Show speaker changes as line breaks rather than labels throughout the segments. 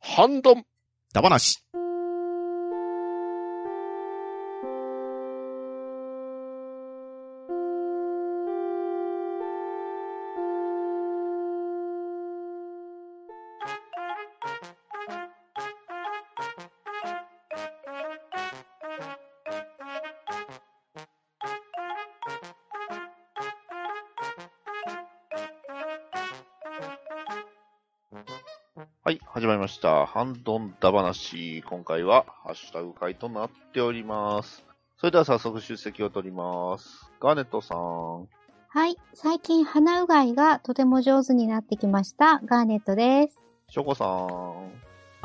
半ドン。
ダバなし。
はい、始まりました。ハンドンダ話。今回は、ハッシュタグ会となっております。それでは早速出席を取ります。ガーネットさん。
はい。最近鼻うがいがとても上手になってきました。ガーネットです。
ショコさん。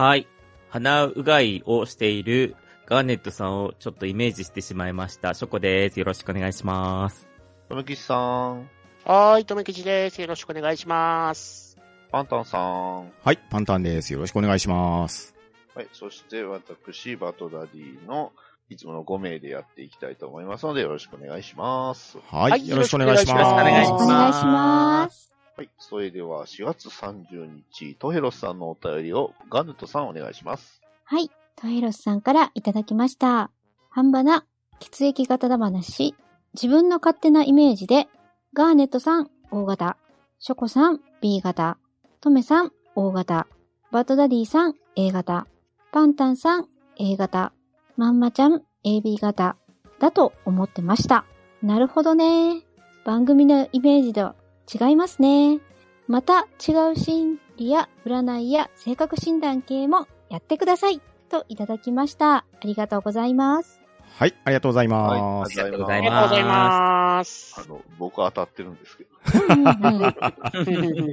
はい。鼻うがいをしているガーネットさんをちょっとイメージしてしまいました。ショコです。よろしくお願いします。
とめきちさん。
はーい、とめきちです。よろしくお願いします。
パンタンさん。
はい、パンタンです。よろしくお願いします。
はい、そして私、バトダディの、いつもの5名でやっていきたいと思いますので、よろしくお願いします。
はい、
はい
よろしくお願いします。
よろしくお願いし
お
ま
願いします。
はい、それでは4月30日、トヘロスさんのお便りをガーネットさんお願いします。
はい。トヘロスさんからいただきました。半ばな血液型だ話。自分の勝手なイメージで、ガーネットさん、O 型。ショコさん、B 型。トメさん、O 型。バトダディさん、A 型。パンタンさん、A 型。まんまちゃん、AB 型。だと思ってました。なるほどね。番組のイメージと違いますね。また違う心理や占いや性格診断系もやってくださいといただきました。ありがとうございます。
はい、ありがとうござい
は
ま
あり
す。
がとうご
あ
ざ
り
い
がとう
ま
ございます。
す。あの、僕は当たってるんで すけど。
うん うんうん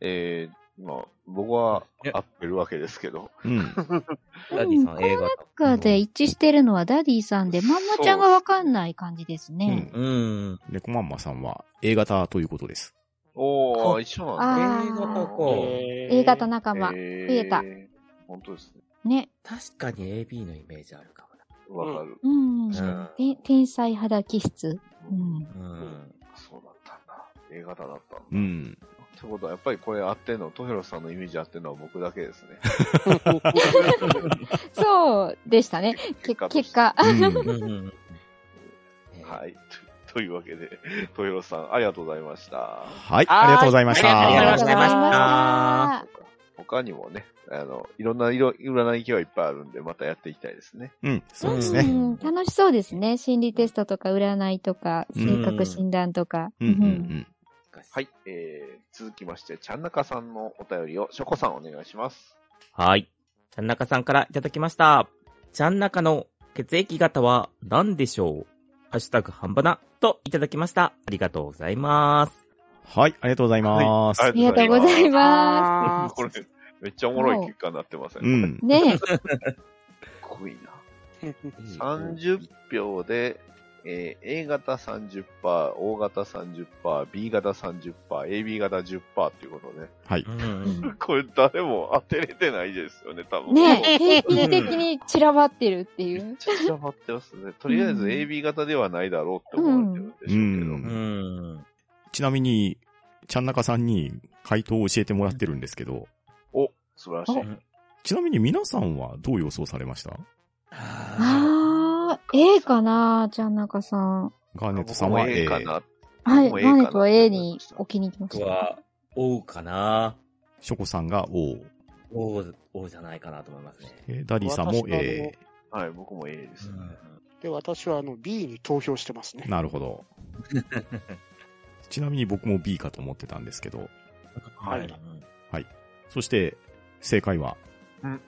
えー、まあ、僕は合ってるわけですけど。
うん。
ダディさん、映画。
中で一致してるのはダディさんで、まんまちゃんがわかんない感じです
う
ね。
ん。
うん。
レコマンマさんは A 型ということです。
おー、一緒なんだ。
あー
映画と
う ん
こう。
えー
A 型仲間、
え
増えた。
本当ですね。
ね。
確かに AB のイメージあるか
わかる。
うん。
ん
て天才肌気質。うん。
もな。
そうだったんだ。A 型だったんだ。
う
っ
ん。
てことは、やっぱりこれ合ってんの、トヘロスさんのイメージ合ってんのは僕だけですね。
そうでしたね。け
として
結果。
うん
うん。うん。
はい。 とというわけで、トヘロスさん、ありがとうございました。
はい、ありがとうございまし
ありがとうご
た。
ざいました
あ
他にもね、あの、いろんな色、占い系はいっぱいあるんで、またやっていきたいですね。
うん、そう
りがとうご
です
ざいました
ね。
うん楽しそうですね。心理テストとか占いとか、性格診断とか。
うん、うん、うん。
は。い。えー、続きまして、ちゃんなかさんのお便りを、しょこさんお願いします。
はい。ちゃんなかさんからいただきました。ちゃんなかの血液型は何でしょうハッシュタグ半ばなといただきました。ありがとうございます。
はい、ありがとうございます。
は
ありがとうございま
あ
これ、めっちゃおもろい結果になってません、
う
ね
ん
す。。ね。
かっこいいな。
ー
30票で、えー A 型30%、O 型30%、B 型30%、AB 型10%っていうことね。
はい。
うん。
これ誰も当てれてないですよね、多分。
ね 平均的に散らばってるってい
めっ
う。
ちゃ散らばってますね。とりあえず
うん
AB 型ではないだろうって思われてるんでしょうけど。
う
う
んん。
ちなみに、ちゃんなかさんに回答を教えてもらってるんですけど、
お、素晴らしい。
ちなみに皆さんはどう予想されました
あー、A かなじゃあ中さん。
ガーネットさ
僕
んは
も A
A。
かな。
は
も
い。
う
マ
A かな
ネとは A に置きに行きまし
僕
た。
は、王かな
ショコさんが O。
王、王じゃないかなと思いますね。
えーダディさんも
私は
A。
はい、僕も A です。
で、私はあの B に投票してますね。
なるほど。ちなみに僕も B かと思ってたんですけど、
はい
そして、正解は、
ん
ん
ん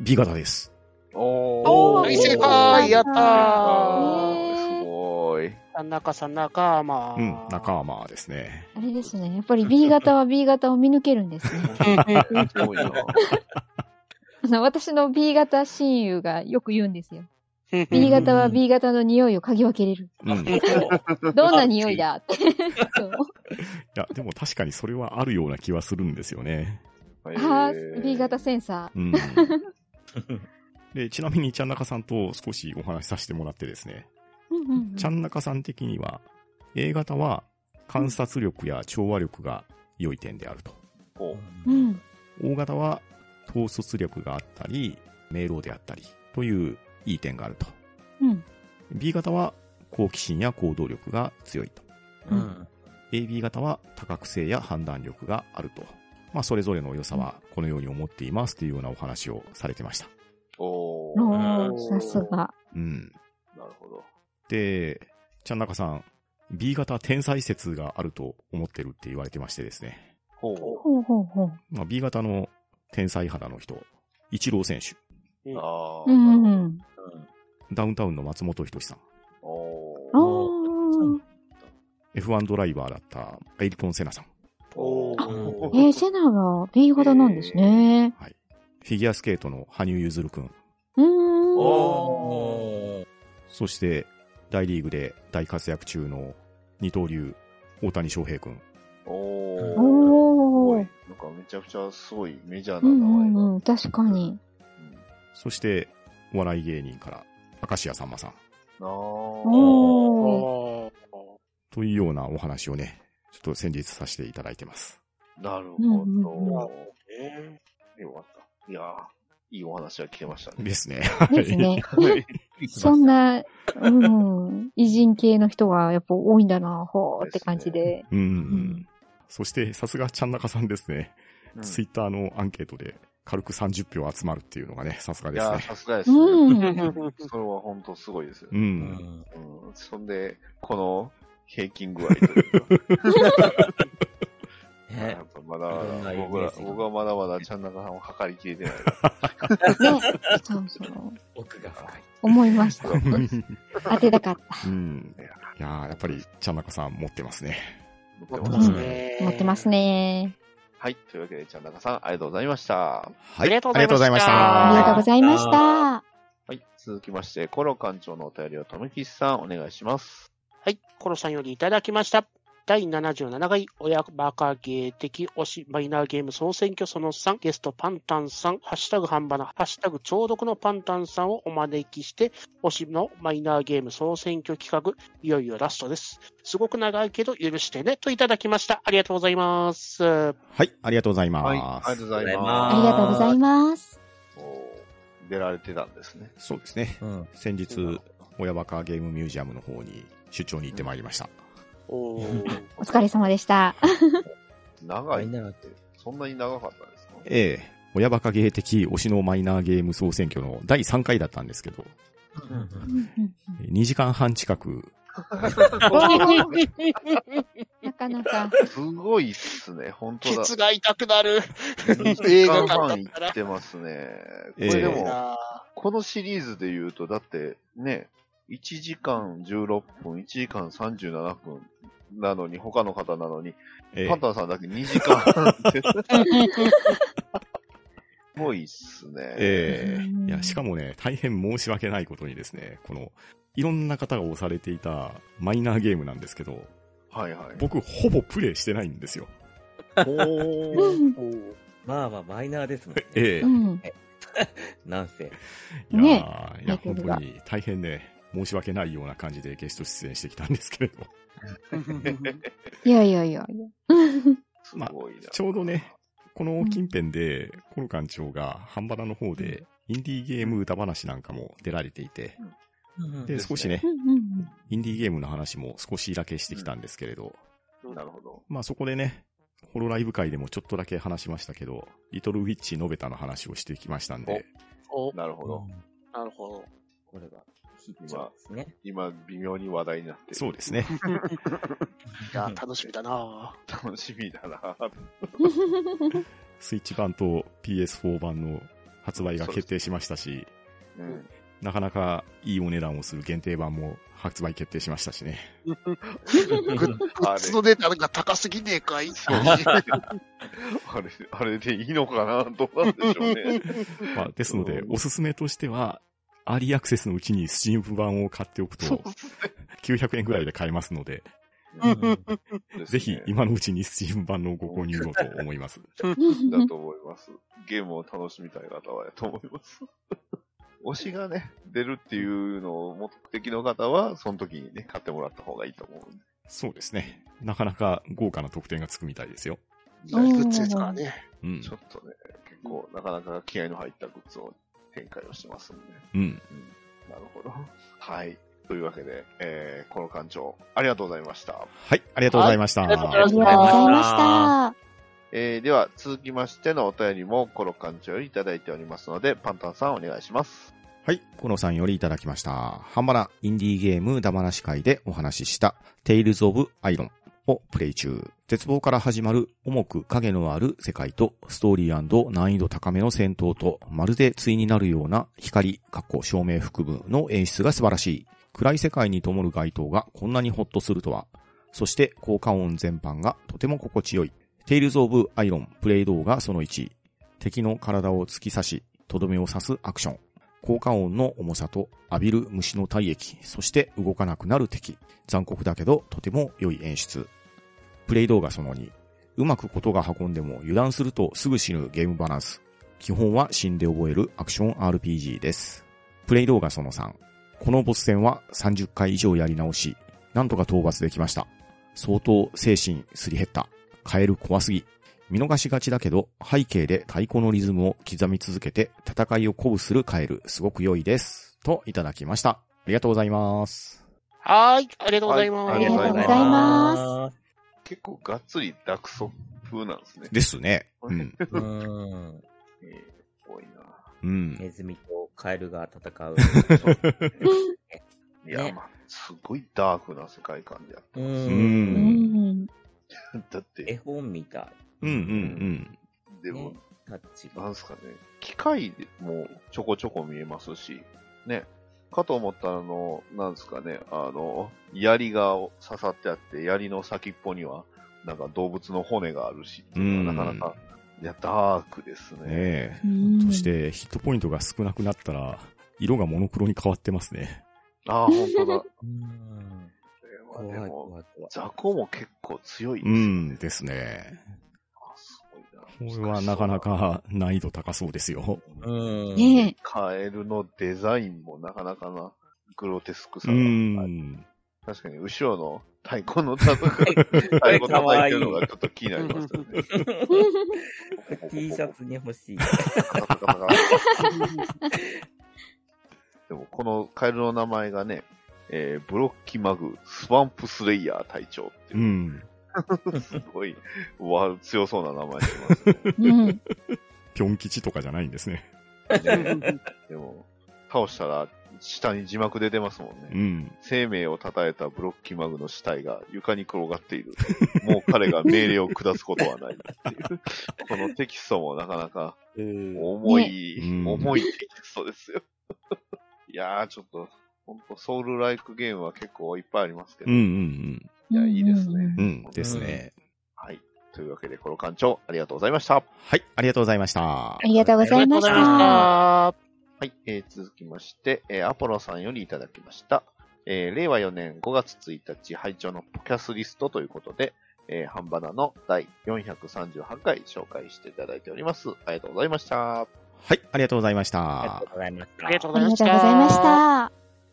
?B 型です。
お
おー
大正解やったー
ね
すごい。
田中さん、仲間。
うん、仲間ですね。
あれですね。やっぱり B 型 は B 型を見抜けるんですね。
すごいな。
あの私の B 型親友がよく言うんですよ。B 型は B 型の匂いを嗅ぎ分けれる。
うん。い
どんな匂いだ って。そう
や、でも確かにそれはあるような気はするんですよね。
あ
え
ー
ー
B 型センサ
うん。で、ちなみに、ちゃんなかさんと少しお話しさせてもらってですね、
ー。うんうんうん
ちゃんなかさん的には、A 型は観察力や調和力が良い点であると。
こう
うん。
大型は統率力があったり、明朗であったり、といういい点があると。
うん。
B 型は好奇心や行動力が強いと。
う
うんん。
AB 型は多角性や判断力があると。まあ、それぞれの良さはこのように思っていますというようなお話をされてました。
お
お
ー。
ー
ー、さすが。
うん。
なるほど。
で、ちゃんなかさん、B 型天才説があると思ってるって言われてましてですね。
ほう。
ほうほうほう。
まあ、B 型の天才肌の人、一郎選手、
あ
う
ー。
ん
なる
うん。
ダウンタウンの松本人志さん、
ほどおー。
おー。
F1 ドライバーだったエイルトン・セナさん、
お
えー、セナは B 型なんですね。
フィギュアスケートの羽生結弦くん、
うーん。
おー。
そして大リーグで大活躍中の二刀流、大谷翔平くん。
おー。
お
なん
ー。
かめちゃくちゃすごいメジャー
う
なん名前
う
が。
んうん。確かに。
うん
そして、お笑い芸人から、明石家さんまさん。
なあ。
おー。
おー
というようなお話をね、ちょっと先日させていただいてます。
なるほ
うんうん
ど。
ね
よかった。いやーいいお話が聞けましたね。
ですね。
です ね。
はい。
そんな、うん。偉人系の人がやっぱ多いんだな、ほーって感じで。
うん、うん
ん
そして、さすがちゃんなかさんですね。
うん
ツイッターのアンケートで、軽く30票集まるっていうのがね、さすが
い
です
やー
ね。
さすがですね。
うん。
それは本当すごいですよ
う。
ね。
うんん。
うん。そんで、この平均具合というか。
ね
やっぱまだ
い
ま
ろんな
だ、
イメ
僕ら
ー、ジが
僕はまだまだちゃんなかさんを測りきれてない。
ね、そうそう。
奥が深い。
思いました。
持
当てたかっ
うん。いやーやっぱり、ちゃんなかさん持ってますね。
って
持って
ま
ますす
ね。
ね。
た。持ってますね。
はい。というわけで、ちゃんなかさん、ありがとうございました。
は
ありがとうございました
あ
あ
り
り
が
がとうご
とうございまし
ざいました。
はい。続きまして、コロ館長のお便りを、とめきちさん、お願いします。
はい、コロさんよりいただきました。第77回親バカ芸的推しマイナーゲーム総選挙その3ゲストパンタンさん、ハッシュタグ半ばな、ハッシュタグ超読のパンタンさんをお招きして、推しのマイナーゲーム総選挙企画、いよいよラストです。すごく長いけど許してねといただきました。ありがとうございます。
た。はい、ありがとうござい
はい。
ま
あ
す。
りがとうござ
ありが
いま
とうございま
ー
ありがとうございます。
す。おー出られてたんですね。
そうですね。
うん。
先日、親バカゲームミュージアムの方に出張に行ってまいりました。
お ー
お疲れ様でした。
長
マ
い
イ
って、
ナーって。
そんなに長かったですか
ええ、親バカ芸的推しのマイナーゲーム総選挙の第3回だったんですけど、2時間半近く、
なかなか。
すごいっすね、本当だ
ケ。ツが痛くなる。
映画館行ってますね。こ
ええ
れで
いい
も、
あ
このシリーズで言うと、だってね、1時間16分、1時間37分なのに、他の方なのに、
ええ
パンタンさんだけ2時間半って。すごいっすね。
ええ
うん
いや、しかもね、大変申し訳ないことにですね、この、いろんな方が押されていたマイナーゲームなんですけど、
はいはい。
僕ほぼプレイしてないんですよ。
お
まあまあ、マイナーですもんね。
ええ
うん。
なんせ。
い
ね
やーいや、
タイ
本
トル
当
が
に大変ね、申し訳ないような感じでゲスト出演してきたんですけれど、
いやいやいやいや。
すごいな。
ちょうどね、 この近辺で、コロ館長が半端の方で、インディーゲーム歌話なんかも出られていて、
で
で、
すね
少しね
う、んうん
インディーゲームの話も少しだけしてきたんですけれど、
なるほど。
まあそこでね、ホロライブ会でもちょっとだけ話しましたけど、リトルウィッチノベタの話をしてきましたんで、
お、
なるほど。
なるほど。
これは、ヒッチョですね。。
今、微妙に話題になってる
そうですね。
いや、楽しみだな
楽しみだな。
うん。
スイッチ版と PS4 版の発売が決定しましたし、
うん。
なかなかいいお値段をする限定版も発売決定しましたしね。
グッグッズの値段が高すぎねえかい
あれ、あれでいいのかなどうなんでしょう ね。
まあ、ですので
う、ん
おすすめとしては、アーリーアクセスのうちに Steam 版を買っておくと、900円ぐらいで買えますので、 ぜひ
今
今のうちに Steam 版のご購入をと思います。
だと思います。ゲームを楽しみたい方はやと思い ます。推しがね、出るっていうのを目的の方は、その時にね、買ってもらった方がいいと思うんで。
そうですね。なかなか豪華な特典がつくみたいですよ。
じ
グ
ゃあ
うん
ッズですからね。
うん
ち。ょっとね、構、なかなか気合の入ったグッズを展開をしてますんで。
うん。
なるほど。はい。というわけで、えー、この館長、ありがとうございました。
はい、ありがとうございました。
ありがとうござい
あ
ま
り
し
が
た
とうございました。
えーでは、続きましてのお便りも、コロ館長よりいただいておりますので、パンタンさんお願いします。
はい、コロさんよりいただきました。ハンバナ、インディーゲームダマなし会でお話しした、テイルズ・オブ・アイロンをプレイ中。絶望から始まる重く影のある世界と、ストーリー難易度高めの戦闘と、まるで対になるような光、かっこ照明含むの演出が素晴らしい。暗い世界に灯る街灯がこんなにホッとするとは。そして効果音全般がとても心地よい。テイルズ・オブ・アイロンプレイ動画その1。敵の体を突き刺し、とどめを刺すアクション。効果音の重さと浴びる虫の体液、そして動かなくなる敵。残酷だけどとても良い演出。プレイ動画その2。うまくことが運んでも油断するとすぐ死ぬゲームバランス。基本は死んで覚えるアクション RPG です。プレイ動画その3。このボス戦は30回以上やり直し、なんとか討伐できました。相当精神すり減った。カエル怖すぎ。見逃しがちだけど、背景で太鼓のリズムを刻み続けて、戦いを鼓舞するカエル、すごく良いです。と、いただきました。ありがとうございます。
はーい。ありがとうございます。
はいありがとうございます
ます
結構がっつりダクソ風なんですね。
ですね。うん。
うん。
えー、多いな。
うん。
ネズミとカエルが戦う。
いや、
ね
まあ、すごいダークな世界観であっ
う。
うんん。
た。だって
絵、本みた
うんうんうん。
で
い。ね
も、、
タッチ
な
が。
んすかね、機械でもちょこちょこ見えますし、ね、かと思ったらあの、なんすかね、あの、槍が刺さってあって、槍の先っぽには、なんか動物の骨があるし、
うん
なかなか、いや、ダークですね。
ねえ。
うん
そし、て、ヒットポイントが少なくなったら、色がモノクロに変わってますね。
ああ、本当だ。
うん。
これ
怖
はいでも、
怖い怖い。
雑魚も結構強いです
う
ね。
ん、ですね。
あす
こ
ごいな。
れはなかな。か難易度高そうですよ。
うん。
ね
カエルのデザインもなかなかな、グロテスクさ
う
が。
ん。
確かに、後ろの太鼓の 叩く、太鼓叩いてるのがちょっと気になりますよね。
T シャツに欲しい。
カタカタカタ。 でも、このカエルの名前がね、えーブロッキマグ、スワンプスレイヤー隊長って
う
いう、
ん。
すごい、わ強そうな名前してますね
え。うん。
ぴょん吉とかじゃないんですね。
ねでも、倒したら、下に字幕出てますもんね。
うん。
生命を称えたブロッキマグの死体が床に転がっている。もう彼が命令を下すことはないって いう。このテキストもなかなか重い、
ね
重いテキストですよ。 いやー、ちょっと、ほんとソウルライクゲームは結構いっぱいありますけ
う
ど。
んうん
いやいいですね
うんうん
うん。うん、ですね。
はい。というわけで、この館長、ありがとうございました。
はい、ありがとうございました
あ。りがとうご
あり
ざい
がとう
ま
ご
し。
ざいましたた。
はい、えー続きまして、えーアポロさんよりいただきました。えー令和4年5月1日、拝聴のポキャスリストということで、えー、ハンバナの第438回紹介していただいております。ありがとうございました。は
はい、ありがとうございまし
ありが
た
とう。ございました。
ありがとう
あ
ご
り
ざい
が
ました。
とうございました。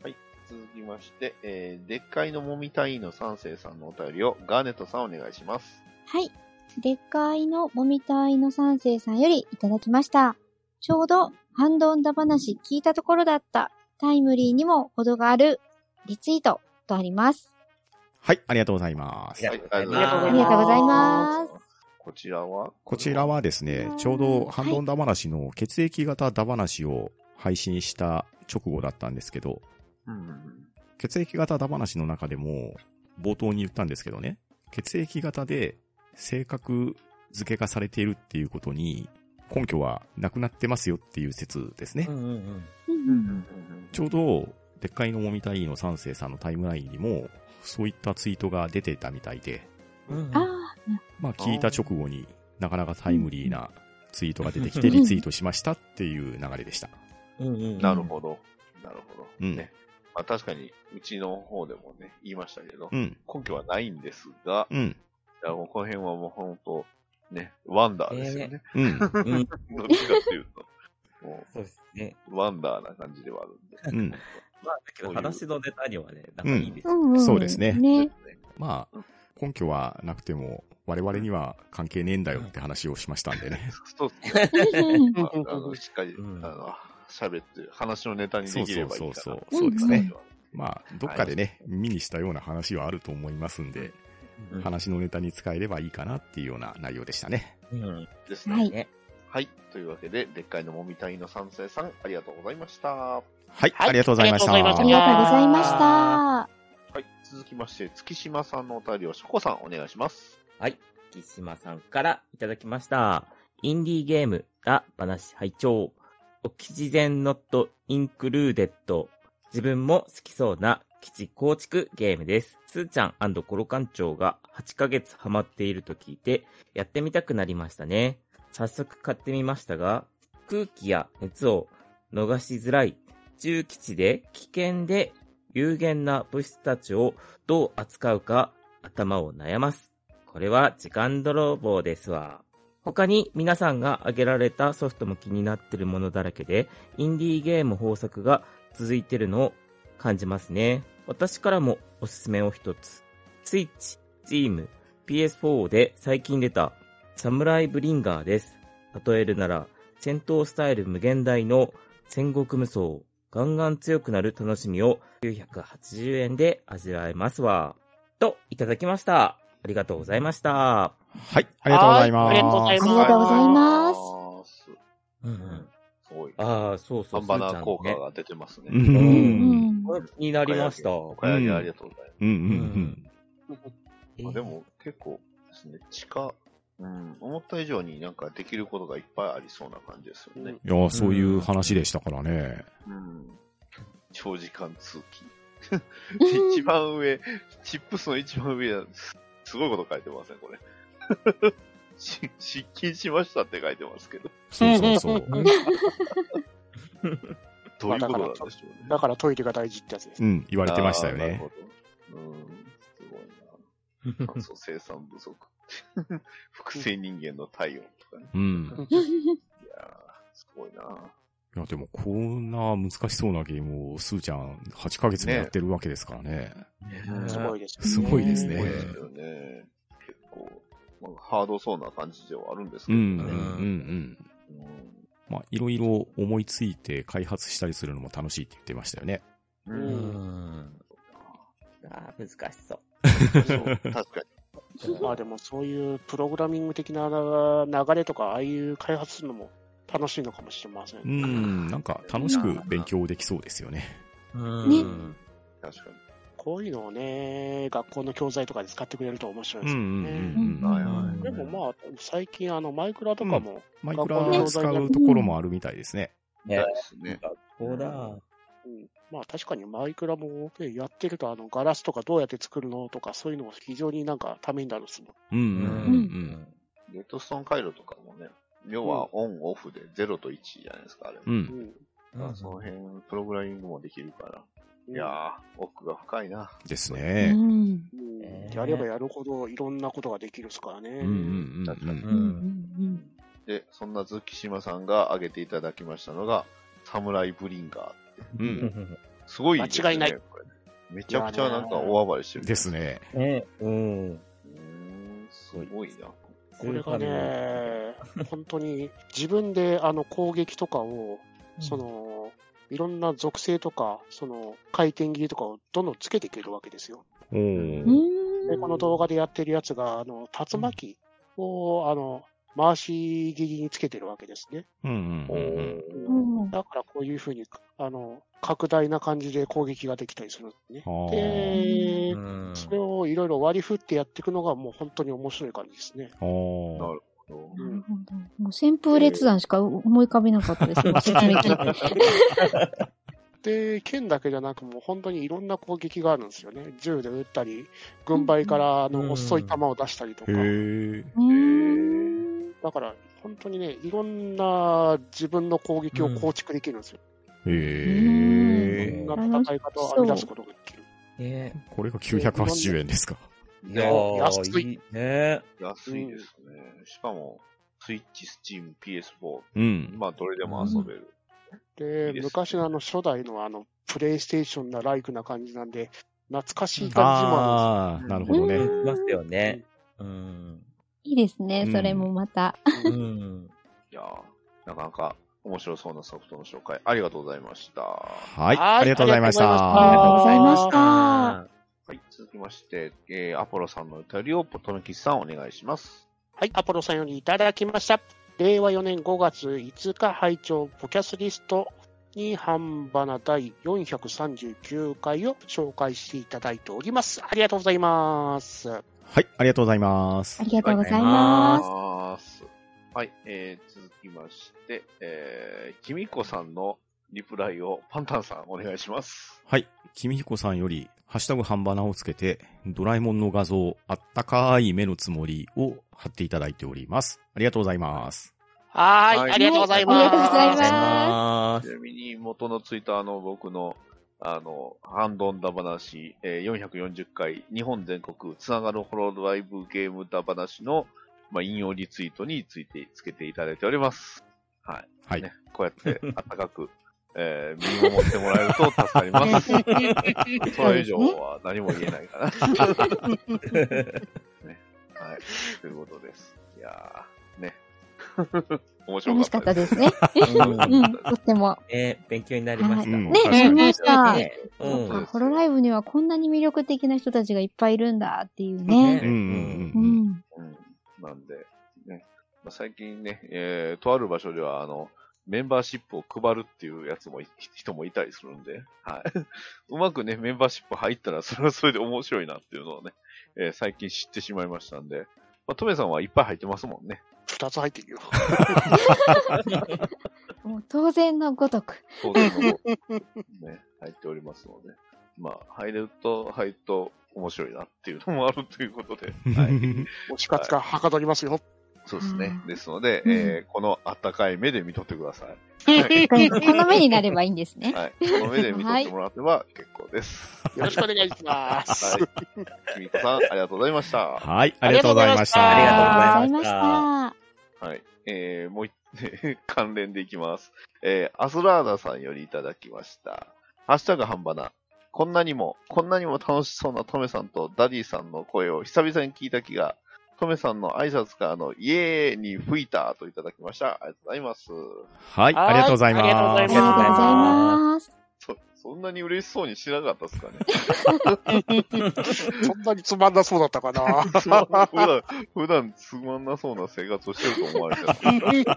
い、続きまして、えーでっかいのもみたいの三世さんのお便りをガーネットさんお願いします。
はい。でっかいのもみたいの三世さんよりいただきました。ちょうど、ハンドンダ話聞いたところだった。タイムリーにも程がある、リツイートとあります。
はい、ありがとうございます。
ありがとうござい
あ
ま
あ
す。
りがとうございます。
こちらは
こちらはですね、ちょうどハンドンダ話の血液型ダ話を配信した直後だったんですけど、
うん。
血液型ダ話の中でも冒頭に言ったんですけどね、血液型で性格付けがされているっていうことに根拠はなくなってますよっていう説ですね。
うんうん
うん
ちょうど、でっかいのもみたいの三世さんのタイムラインにも、そういったツイートが出てたみたいで、
うん。
あ
まあ聞いた直後になかなかタイムリーなツイートが出てきて
うん
リツイートしましたっていう流れでした。
うんうん。
なるほど。なるほど。
うん
ね。まあ確かに、うちの方でもね、言いましたけど、
うん。
根拠はないんですが、
うん。
いや、もうこの辺はもう本当、ね、ワンダーですよね。
うん。
う ん。
どっちかっていうと、も
そうですね。
う、ワンダーな感じではあるんで。
うん。
まあ、だけど話のネタにはね、なんかいいです
う
よ。
んうん
そうですね
ね。
まあ、根拠はなくても、我々には関係ねえんだよって話をしましたんで ね。
そうですね。
うん
まああのしっかり、
うん
あの、喋って、話のネタにできればいいかな。
そうそうそう
そうそうですね。
まあ、どっかでね、見にしたような話はあると思いますんで、
うん
話のネタに使えればいいかなっていうような内容でしたね。
うん
ですね。
は
はいい。。というわけで、でっかいのもみたいの三世さん、ありがとうございました。は
はい、
はい
ありがとうございました。
ありが
あ
と
りがとうございました。
い。続きまして、月島さんのお便りをしょこさん、お願いします。。
はい。木島さんからいただきました。インディーゲーム、ラ・話、拝聴。オキシゼン・ノット・インクルーデッド。自分も好きそうな基地構築ゲームです。スーちゃんコロ館長が8ヶ月ハマっていると聞いて、やってみたくなりましたね。早速買ってみましたが、空気や熱を逃しづらい重基地で危険で有限な物質たちをどう扱うか頭を悩ます。これは時間泥棒ですわ。他に皆さんが挙げられたソフトも気になってるものだらけで、インディーゲーム豊作が続いてるのを感じますね。私からもおすすめを一つ。スイッチ、チーム、PS4 で最近出たサムライブリンガーです。例えるなら、戦闘スタイル無限大の戦国無双、ガンガン強くなる楽しみを980円で味わえますわ。と、いただきました。ありがとうございました。
はい、ありがとうございます。
はいありがとうござい
ありがとうございます
うん
んすごい。
ああ、そうそう。
ハンバ
スーち
ナ
ゃん
効果
ね
が出てますね。
うん
うん
う
うんん
これ気になりました。
お買い上げありがとうござい
うんうん
ます。あでも、結構ですね、地下、うん、思った以上になんかできることがいっぱいありそうな感じですよね。
いやーそういう話でしたからね。
うん。長時間通 勤。一番上、チップスの一番上す、すごいこと書いてますね、これ。 し失禁しましたって書いてますけど。
そうそうそう。
どういうことなんでしょうね。
だからトイレが大事ってやつです
う。ん、言われてましたよ
あーなる
ね
ほ。どうん、すごい な。炭素生産不足。 複製人間の体温とかね。
うん。
いやー、すごいな。
いや、でもこんな難しそうなゲームをスーちゃん8ヶ月もやってるわけですからね。
うん
すごいですね。
すごいです
す
ね
ごいですよね。結構、まあ、ハードそうな感じではあるんですけ
う
ど
ん、
ね。
うん、うん、うん。
うん
まあ、いろいろ思いついて開発したりするのも楽しいって言ってましたよね。
う。
うんん。ああ、難しそう。
そう確か
まあでもそういうプログラミング的な流れとか、ああいう開発するのも楽しいのかもしれません。
うん、なんか楽しく勉強できそうですよね。
うん。
に。確かに。
こういうのをね、学校の教材とかで使ってくれると面白い
うん
ですよね。、
うん、うん。
はいは
でもまあ、最近あの、マイクラとかも、
マイクラを使うところもあるみたいですね。
な
ね
いですね。
学校だ。
うんまあ確かにマイクラもねやってると、あの、ガラスとかどうやって作るのとか、そういうのも非常になんかためになるんですもん。
うん、うん、うん。
レッドストーン回路とかもね、要はオンオフで0と1じゃないですか、あれ。
う、
うんん
まあその辺、プログラミングもできるから。
うん
いやー、奥が深いな。
です
う
ね。
ん。
うん
えー
やればやるほどいろんなことができるですからね。
うん、うん、うん。
うんうん
で、そんな月島さんが挙げていただきましたのが、サムライブリンガー。
うん、
すごいですね。
間違いない
これめちゃくちゃなんか大暴れしてる。
です。ね。
ね。うん。
うーん、すごいな。
これがね、本当に自分であの攻撃とかを、その、いろんな属性とか、その回転切りとかをどんどんつけていけるわけですよ。
おー
うん。
で、この動画でやってるやつが、あの、竜巻を、あの、回し切りにつけてるわけですね。
うん、うん、うん。
うん
だからこういうふうに、あの、拡大な感じで攻撃ができたりするんですね
あ。ー
で、
うん
それをいろいろ割り振ってやっていくのがもう本当に面白い感じですね。
あー
う
なるほど。もう旋風列弾しか思い浮かべなかったです。私なりに
で、剣だけじゃなく、もう本当にいろんな攻撃があるんですよね。銃で撃ったり、軍配からあ
うん
の遅い弾を出したりとか。
へえ。
うん
だから、本当にね、いろんな自分の攻撃を構築できるんですよ。
へえ
い。ろんな戦い方を編み出すことができる。
ね
これが980円ですか。
い
や
や
安
安
い
い。ね
安いですね。しかも、スイッチ、スチーム、PS4。
うん。
まあ、どれでも遊べる。
で
いいですね
昔のあの初代のあの、プレイステーションなライクな感じなんで、懐かしい感じもあ
ああ、なるほど
う
ね。
ん、ますよね。うん。
いいですね
う、ん
それもまた。
るんです
う
よ。
ん。
いやーなかなか面白そうなソフトの紹介ありがとうございました。
はい。
はい
ありがとうございまし
あ
あ
ー
りがとう
た。
ございました。
はい、続きまして、えー、アポロさんの歌りをポトヌキさんお願いします。
はい、アポロさんよりいただきました。令和4年5月5日、拝聴ポキャスリストに半ばな第439回を紹介していただいております。ありがとうございます。は
はい。ありがとうございます
あ。りがとうござい
あ
ま
りが
す。
とうございます。はい、えー、続きまして、えー、きみこさんのリプライをパンタンさんお願いします。
はい。君彦さんより、ハッシュタグ半ばなをつけて、ドラえもんの画像、あったかい目のつもりを貼っていただいております。ありがとうございます。
ーい、
はい
ありがとうございます。
ありがとうございます
あ
ちなみに元のツイッターの僕のあの、ハンドンダ話、えー、440回、日本全国つながるホロドライブゲームダ話の、まあ、引用リツイートについて、つけていただいております。はい。
はい。
ね、こうやって暖かく、 えー、身を持ってもらえると助かり ます。それ以上は何も言えないかな。 ね、はい。ということです。いやー、 ね。面白
楽しか
か
っ
った
た
です。
ですね。
ー。
う
うん
ん、とっても。
ね、勉強になりました。
うん
ね、
確
な
か
り
に
ました。
ねう
そ
ん
う
あ
です
ホロライブにはこんなに魅力的な人たちがいっぱいいるんだっていうね。
ね
うんう
うんん。
うん。なんで、ね。まあ、最近ね、えー、とある場所では、あの、メンバーシップを配るっていうやつもい、 人もいたりするんで、はい。 うまくね、メンバーシップ入ったら、それは それで面白いなっていうのをね、えー最近知ってしまいましたんで、まあ、トメさんはいっぱい入ってますもんね。
二つ入ってるよ。
もう当然のごとく。
当然のごとくね、入っておりますので、まあ、入れると、入ると面白いなっていうのもあるということで、 はい。
推し活がはかどりますよ。
そうですね。
うん
ですので、えーこの温かい目で見とってください。
この目になればいいんですね。
はい。この目で見とってもらっては結構です。
よろしくお願いします
は。い。きみこさん、ありがとうございました。
はい。ありがとうございました。
ありがとうございました
あ
あり
りが
が
と
とうござい
うございま
ま
はい。 えー、もう一、関連でいきます。えー、アスラーダさんよりいただきました。ハッシュタグ半ばな。こんなにも、こんなにも楽しそうなトメさんとダディさんの声を久々に聞いた気が、トメさんの挨拶からのイエーイに吹いたといただきました。ありがとうございます。
はい。ありがとうございます。
はいありがとうござい
あり
ま
がとうござい
ま
ます。
そ、そんなに嬉しそうにしなかったですかね。
そんなにつまんなそうだったかな。
つ まん普段、普段つまんなそうな生活をしてると思われて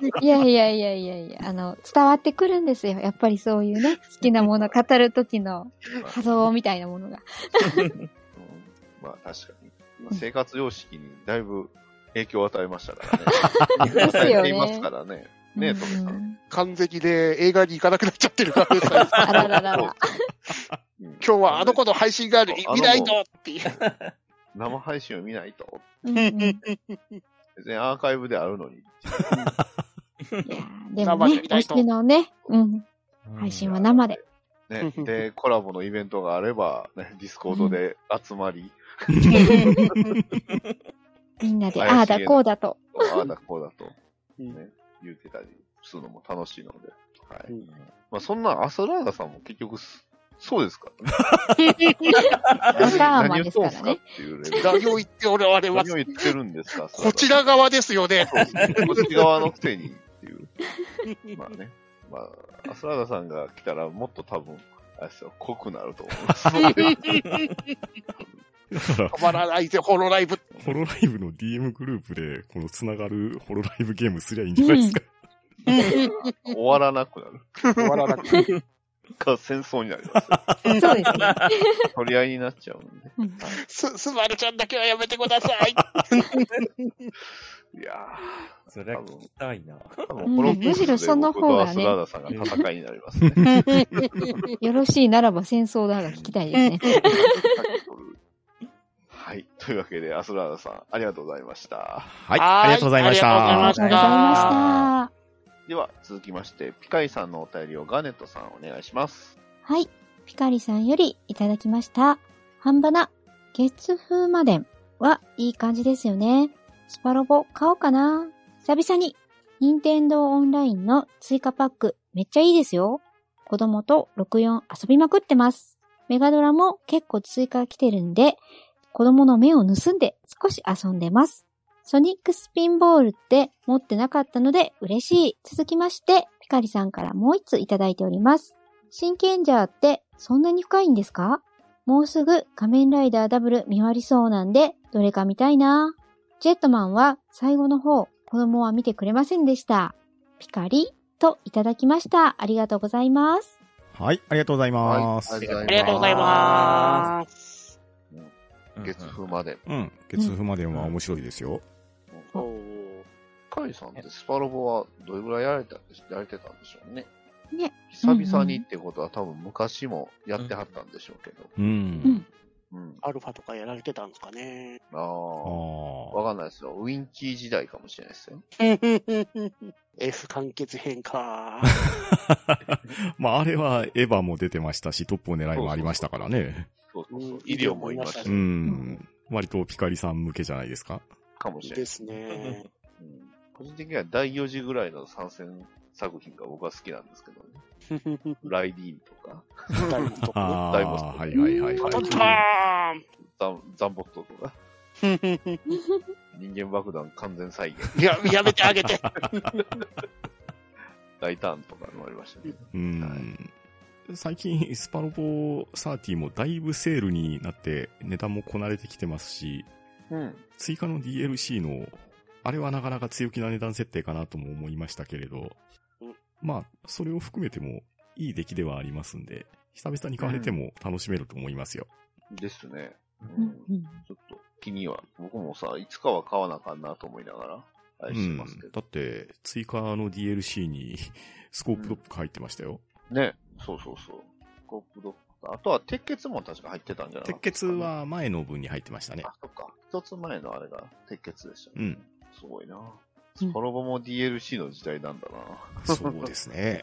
た。
いやいやいやいやいや、あの、伝わってくるんですよ。やっぱりそういうね、好きなもの語る時の波動みたいなものが。
うんまあ確かに。今生活様式にだいぶ影響を与えましたからね。
です
与
よね
えていますからね。ねえ、トメさ。
うんん
完璧で映画に行かなくなっちゃってるからね、今
あららら ら。
うん
日はあの子の配信がある、
あの
見ないとっていう。
生配信を見ないと。
うんうんい
別にアーカイブであるのに。
やでも
生で
ね
見、たい
推
と
しのね、うん、
す。
配信は生で。
ね、 で、コラボのイベントがあれば、ね、ディスコードで集まり、
みんなで、
怪しい
ああだこうだと。
ああだこう だと
うん
言ってたりするのも楽しいので。は
う
い。
ん
まあそんなアスラーダさんも結局す、そうですからね。
ガーマ
何を
です
そう
か
です
ら
かっ
ね。
ていうレベル。
何を言っておられま
何
す
を言ってるんで すか
こちら側ですよね。
そうですねこっち側のくせにって いう。まあね。まあ、アスラーダさんが来たらもっと多分、あれですよ、濃くなると思います。
だから、
止まらないぜ、ホロライブ。
ホロライブの DM グループで、このつながるホロライブゲームすりゃいいんじゃないですか。
終わらなくなる。
止まらなくて
か、戦争になりますよ。
そうですね。
取り合いになっちゃうんで。
うん
す、すばるちゃんだけはやめてください。
いや
それは聞きたいな。
ー、多分この
うんむしろその方がね
僕とアスラーダさんが戦いになりますね。戦い
よろしいならば戦争だが聞きたいですね。
取るはい。というわけで、アスラーダさん、ありがとうございました。
はい。ありがとうございまし
ありがとうございま
た
し。
ありがとうございました。
では、続きまして、ピカイさんのお便りをガーネットさん、お願いします。
はい。ピカリさんよりいただきました。半ばな、月風魔伝はいい感じですよね。スパロボ買おうかな。久々に、任天堂オンラインの追加パックめっちゃいいですよ。子供と64遊びまくってます。メガドラも結構追加が来てるんで、子供の目を盗んで少し遊んでます。ソニックスピンボールって持ってなかったので嬉しい。続きまして、ピカリさんからもう一ついただいております。真剣ジャーってそんなに深いんですかもうすぐ仮面ライダーダブル見割りそうなんで、どれか見たいな。ジェットマンは最後の方、子供は見てくれませんでした。ピカリといただきました。ありがとうございます。
はい、ありがとうございます。
はいあ
ありがとうございます。
月風まで。
うん。月風までは面白いですよ。
おーカイさんってスパロボはどれぐらいやられたんでしやれてたんでしょうね。
ね。
久々にってことは多分昔もやってはったんでしょうけど。
うん。
うん
うん。
アルファとかやられてたんですかね。
ああ。
あ
わかんないですよ。ウィンキー時代かもしれないですよ。
F 完結編か。
あ。まあ、あれはエヴァも出てましたし、トップを狙いもありましたからね。
そうそうそう
うん
医療もいました
医療もいました
し
ね
う、ん。割とピカリさん向けじゃないですか。
かもしれない
で。すね。
うん個人的には第4次ぐらいの参戦作品が僕は好きなんですけどね。ライディーンとか、
大事 とこ
あ
大ボス
あ、はいはいはい、
ね。
は
ト
い。
ーン
ザンザンボットとか、人間爆弾完全再現、
や、やめてあげて。
大ターンとかもありましたね。
うん。最近、スパロボ30もだいぶセールになって、値段もこなれてきてますし、
うん。
追加の DLC の、あれはなかなか強気な値段設定かなとも思いましたけれど
うん、
まあ、それを含めてもいい出来ではありますんで、久々に買われても楽しめると思いますよ。
ですね。う
うんんうん
ちょっと気には、僕もさ、いつかは買わなあかんなと思いながら、あれしてますけど。
だって、追加の DLC に スコープドップ入ってましたよ。
ね、そうそうそう。コップドッグかあとは鉄血も確か入ってたんじゃない
鉄血、は前の分に入ってましたね。
あ、そっか。一つ前のあれが鉄血でした
う
ね。
ん。
すごいな。スパロボも DLC の時代なんだな。
そうですね。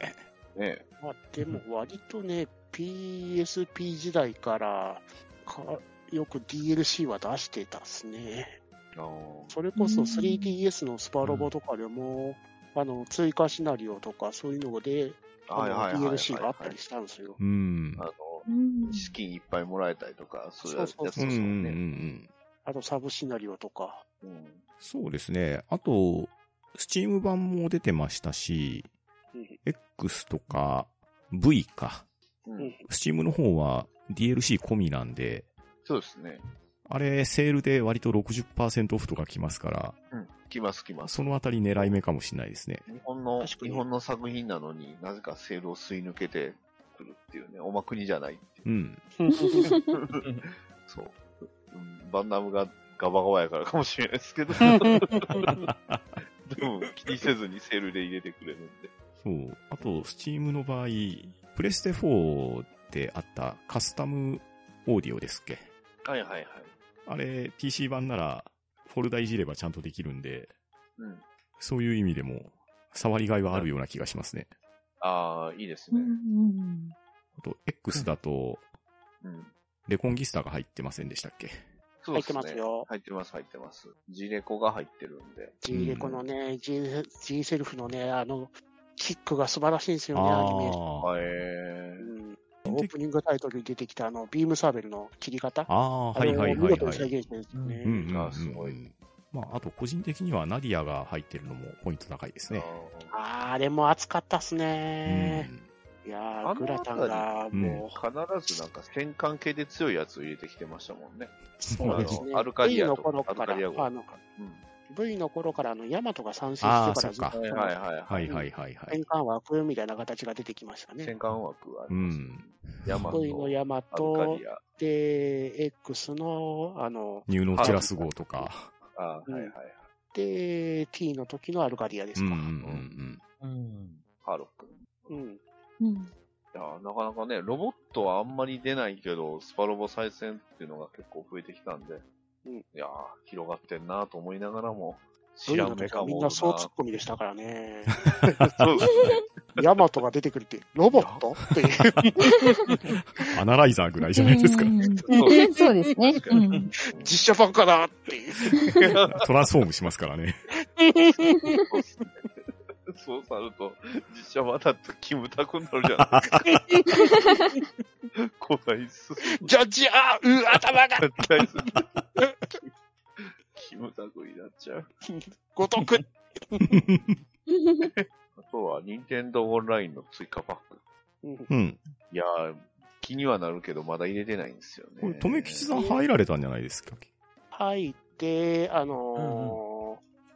ね
まあでも割とね、PSP 時代からか、よく DLC は出してたっすね。
あー
それこそ
うん
3DS のスパロボとかでも、あの、追加シナリオとかそういうので、
はいは
あ
いはいはい
の
はい
DLC があったりしたんです よ。
うん。
あの、
うん
資金いっぱいもらえたりとか、そういうやつ
そう
です
そう
よ
んうんうんう
ね。
ん。
あとサブシナリオと か。
うん
そうですね。あと、スチーム版も出てましたし、
うん
X とか V か。
うん
スチームの方は DLC 込みなんで、
そうですね。
あれ、セールで割と60%オフとか来ますから、
うん。来ます来ます。
そのあたり狙い目かもしれないですね。
日本の、
確かに
日本の作品なのになぜかセールを吸い抜けてくるっていうね、おまくにじゃないっていうう。
ん。
そう、うんバンダムがガバガバやからかもしれないです けど、でも気にせずにセールで入れてくれるんで。
そう。あと、スチームの場合、プレステ4であったカスタムオーディオですっけ。
はいはいはい。
あれ、PC 版なら、フォルダいじればちゃんとできるんで、
うん。
そういう意味でも、触りがいはあるような気がしますね。
ああ、いいです
う
ね。
ん
あと、X だと、
うん。
レコンギスタが入ってませんでしたっけ
そうですね。
入ってますよ
入ってます、入ってます。ジレコが入ってるんで。
G レコのね、G, G セルフのね、あの、キックが素晴らしいんですよね、アニメーシ
あー
あえ
ョン。うんオープニングタイトルに出てきたあの、ビームサーベルの切り方。
あー、はいはい
あれを
は
見
い
事に
は
再
い。
現してるんですよね。
うんうんうんうん
あすごい。
まあ、あと個人的にはナディアが入ってるのもポイント高いです
ー
ね。
あーあれも熱かったっすね。いや
あの
ー、グラタンがもう、
うん必ずなんか戦艦系で強いやつを入れてきてましたもんね。
そうですね。
あのアルカディ
V
ア
の
と
頃か
アル
ら、
カディア号
あの、
うん。
V の頃からあの、ヤマトが参戦してからずっ
あーそ
と、
う
はいはいはい。
はいはいはいはい
戦。艦枠みたいな形が出てきましたね。
戦艦枠あります、
うん
ヤマト
V のヤマ
アルカ
ト
ディア。
で、X の、あの、
ニューノチラス号とか。
あーはいはいはい。
で、T の時のアルカディアで
う
す
んうん
か。
うん
うん。
ハーロック。
うん。
う
い
ん
やーなかなかね、ロボットはあんまり出ないけど、スパロボ再戦っていうのが結構増えてきたんで、
うん
いやー広がってんなと思いながらも、知
V
ら
の
ん目
時
か
はみん
も
なそうツッコミでしたからね。
そうですね。
ヤマトが出てくるって、ロボットって いう。
うん。アナライザーぐらいじゃないですか
う。ん
そうですね
そうですね。
確かに
うん
実写版かなっていう。
トランスフォームしますからね。
そうっすね そうさると、実写版だとキムタクになるじゃないですか。 こないす。
ジョッジ、あーうー、頭が、
大好き。 キムタクになっちゃう。
ごとく。
あとは、任天堂オンラインの追加パック。
うん
うん。
いやー、気にはなるけど、まだ入れてないんですよ
これ、
ね。
とめきちさん入られたんじゃないですか。
入って、あのー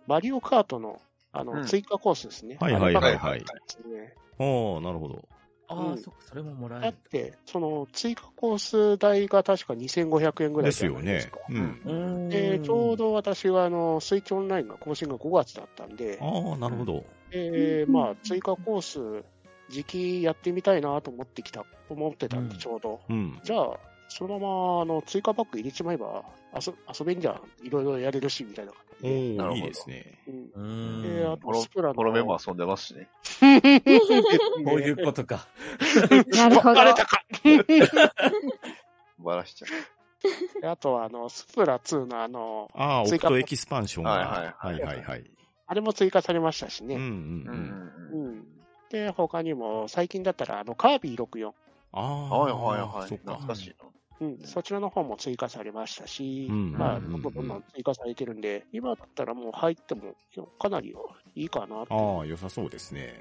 マリオカートの、あ
う
の、
ん
追加コースですね。
はいはいはいはい。
ですね
ああ、なるほど。
あ
う
あ、
ん
そっか、それももらえ
だっ
る。
て、その、追加コース代が確か2500円ぐらい
で
じ
す
ゃ
よ
ないで
ね
すか。。
うん。
うん
でちょう。ど私は、あの、スイッチオンラインが更新が5月だったんで、
ああ、なるほど。
え
うん
まあ、追加コース、時期やってみたいなと思ってきた、思ってたん
う
で、
ん
ちょうど。
うん。
じゃあ、そのまま、あの、追加パック入れちまえば、遊遊べんじゃん。いろいろやれるし、みたいな感じ
お
で。
なるほ
お
ど
いいですね。
うん
うん。
で、あ、
ことの
スプラの。
このメも遊んでますしね。
こういうことか。
なるほど
バ。レたか
バラしちゃ
であとは、あの、スプラ2のあの、
ああ、オプトエキスパンションが。は
はいい
は
はい
はい。
あれも追加されましたし
うんう
ね。
う。うん
ん。
う
うん。
ん。で、他にも、最近だったら、あの、カービィ64。
ああ、
はいはいはい。
そっ
懐
か。
かしいな。
うん。そちらの方も追加されましたし、
うん
ま
う
あ、
ん
ど
うんうん
んどんどんどん追加されてるんで、今だったらもう入っても、かなりいいかなと。
ああ、良さそうですね。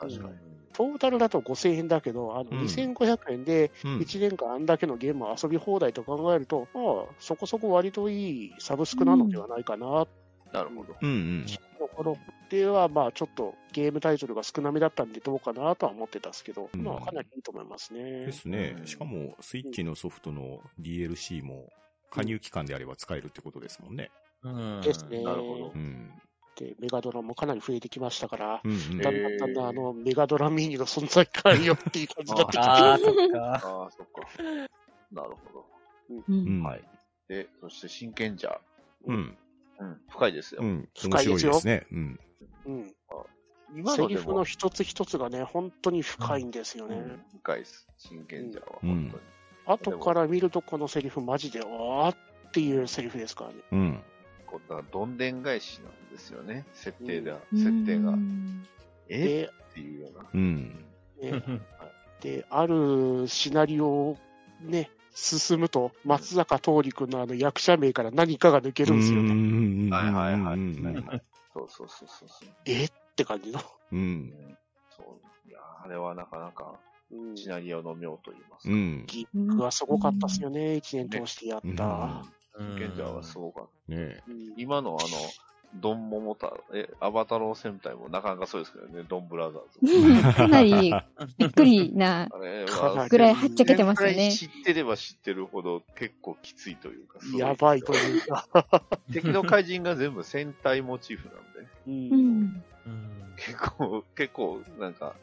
確かに。
トータルだと5000円だけど、あの、
うん
2500円で、
うん。
1年間あんだけのゲームを遊び放題と考えると、まあ、そこそこ割といいサブスクなのではないかな、
なるほど。
うんうん。
ところでは、まあ、ちょっとゲームタイトルが少なめだったんでどうかなとは思ってたんですけど、
うん
まあ、かなりいいと思いますね
で。すね
う。ん
しかも、スイッチのソフトの DLC も、加入期間であれば使えるってことですもんね。
うん。
ですね。
なるほ
うん。
で、メガドラもかなり増えてきましたから、
うんうん。
だんだんだんだんあの、メガドラミニの存在感よっていう感じになってきた。
ああ、そっか。
ああ、そっか。なるほど。
うん
うん
はい。で、そして、真剣じゃ。
うん。
うん。深いですよ。
うん。面
深い
白
で
い
す
で
よ
すね。うん。
うん。
今
セ
の
リ
で
フ
も
の、一つ一つがね、本当に深いんですよ
う
ね。
ん深いです。真剣じゃは、
うん
本当に。
後から見るとこのセリフマジで、わーっていうセリフですからね。
うん。
こんなどんでん返しなんですよね。設定だ、
うん
設定が
う。ん
え
で、
っていうような。
うん。
ねで、あるシナリオをね、進むと、松坂桃李君のあの役者名から何かが抜けるんですよね。
ね
はいはいはい
うん。
そうそうそうそうそう。
えって感じの。
う。
うんんそう。いやーあれはなかなか
うん、
シナリオの妙と言います
う
か。
ん。
ギックはすごかったっすよね、一年通してやっ
うん
た。
真剣じゃはすごかった。
ねえ。
うん
今のあの、ドンモモタ、え、アバタロー戦隊もなかなかそうですけどね、ドンブラザーズ。
かなりびっくりな。
あれ
かな
は
り、
ぐらいはっちゃけてますよね
全体知ってれば知ってるほど結構きついというか、すご
やばいというか。
敵の怪人が全部戦隊モチーフなんで、
う
うんん。
うん。
結構、結構、なんか、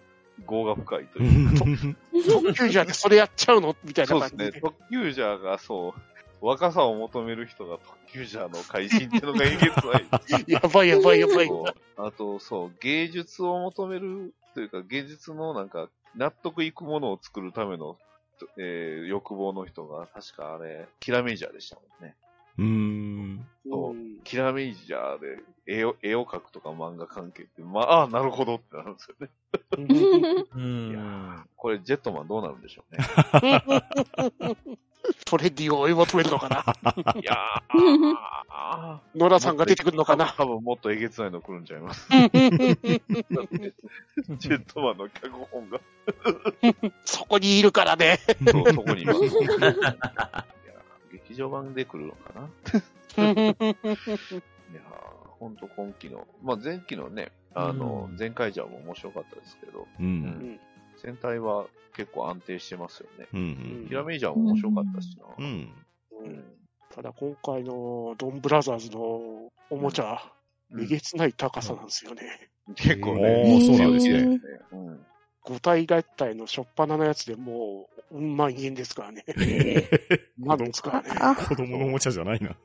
業が深いと
う
いうか。
ん
特急じゃなくてそれやっちゃうのみたい
そ
な
うで
感
す
じで。
ね。特急ジャーが、そう、若さを求める人が特急ジャーの怪人っていうのがえげつ ない。
やばいやばいやばい。
そうあと、そう、芸術を求めるというか、芸術のなんか、納得いくものを作るための、えー欲望の人が、確かあれ、キラメイジャーでしたもんね。
うん。
うん
キラメイジャーで絵を、絵を描くとか漫画関係って、まあ、ああ、なるほどってなるんですよね。
うん。
いやーこれ、ジェットマンどうなるんでしょうね。
トレンディを追い求めるのかない
やー。
野 田さんが出てくるのかな
多分もっとえげつないの来るんちゃいます。だってジェットマンの脚本が、
そこにいるから ね。
そうそこにいます。いや劇場版で来るのかないや本当今期の、まあ、前期のね、あの
うん、
前回じゃも面白かったですけど、
うん。
戦隊は結構安定してますよね。
うん
ヒラメイジャーも面白かったしな。
う。ん。
うんただ今回のドンブラザーズのおもちゃ、
う
え
ん
げつない高さなんですよね。
結構
お
ね、
ーそうな
強
んで
い
すね
ですね。うん
五体合体の初っ端のやつでもう、うん、万円ですからね。万ですからね。
あ、
子供のおもちゃじゃないな。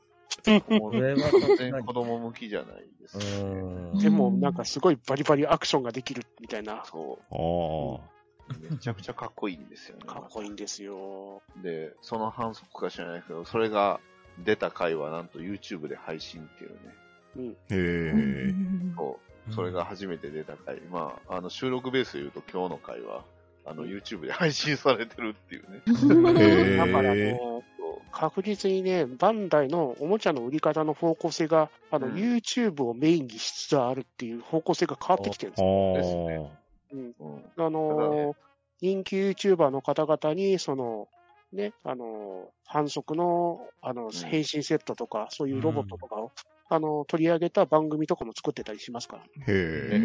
もう
れは
全然子供向きじゃないです
う
ね。
ん。
でもなんかすごいバリバリアクションができるみたいな。
そ
ああ。
う。めちゃくちゃかっこいいんですよね。
かっこいいんですよ。
で、その反則か知らないけど、それが出た回はなんと YouTube で配信っていうね、
へえ。
こう、それが初めて出た回。まあ、あの、収録ベースで言うと今日の回は、あの、YouTube で配信されてるっていうね。
へ
だから
ー
もう、確実にね、バンダイのおもちゃの売り方の方向性が、あの、
うん
YouTube をメインにしつつあるっていう方向性が変わってきてるんですよ。
です
は
ねうん
あ
ただね
のー人気 YouTuber の方々に、その、ね、あのー反則の、あの、変身セットとか、そういうロボットとかを、あのー取り上げた番組とかも作ってたりしますから。
あ。へ
う
え。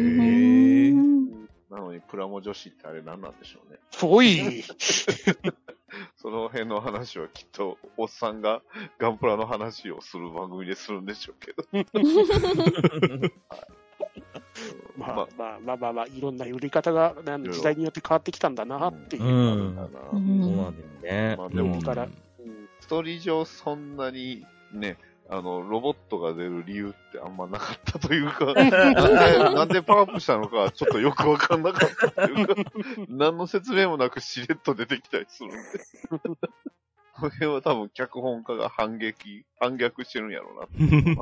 ん
なのに、プラモ女子ってあれ何なんでしょうね。
おい
その辺の話はきっと、おっさんがガンプラの話をする番組でするんでしょうけど。
まあまあまあまあまあ、いろんな売り方が、なん
いろいろ
時代によって変わってきたんだなっていう。
う
ある
ん
んだな。
うん
そうなんですね。
まあ
で
で
も
も、
から
うん
うん
ストーリー上そんなにね、あの、ロボットが出る理由ってあんまなかったというか、なんで、なんでパワーアップしたのか、ちょっとよくわかんなかったというか、何の説明もなくしれっと出てきたりするんで。この辺は多分脚本家が反撃、反逆してるんやろうなっていうのは、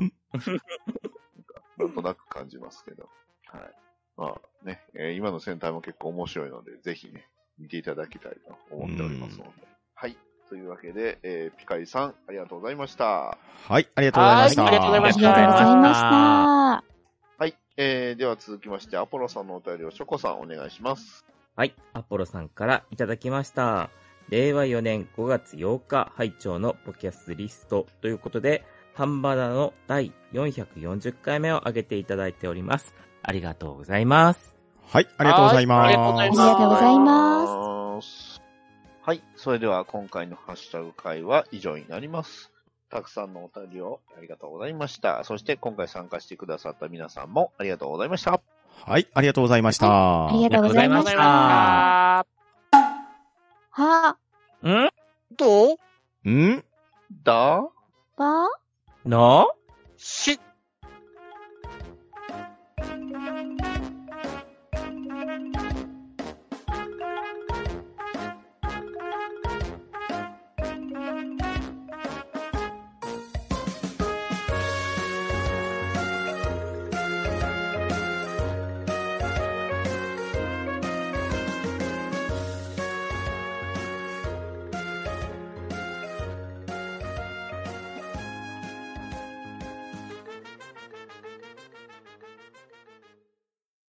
なんとなく感じますけど。はい。まあね、えー今の戦隊も結構面白いので、ぜひね、見ていただきたいと思っておりますので。はい。というわけで、えーピカリさん、ありがとうございました。
はい、ありがとうございました。
はいありがとうございまし
ありがとうございました。
はい。えー、では続きまして、アポロさんのお便りをショコさんお願いします。
はい、アポロさんからいただきました。令和4年5月8日拝聴のポキャスリストということで、ハンバダの第440回目を上げていただいております。ありがとうございます。
はい、ありがとうございます。
はいありがとうございます
ありがとうございます
す。はい。それでは、今回のハッシュタグ会は以上になります。たくさんのお便りをありがとうございました。そして、今回参加してくださった皆さんもありがとうございました。
はい、ありがとうございました。
ありがとうございまし
ありがとうございま
た。は、
ん
どうん
だ
ば、
の
し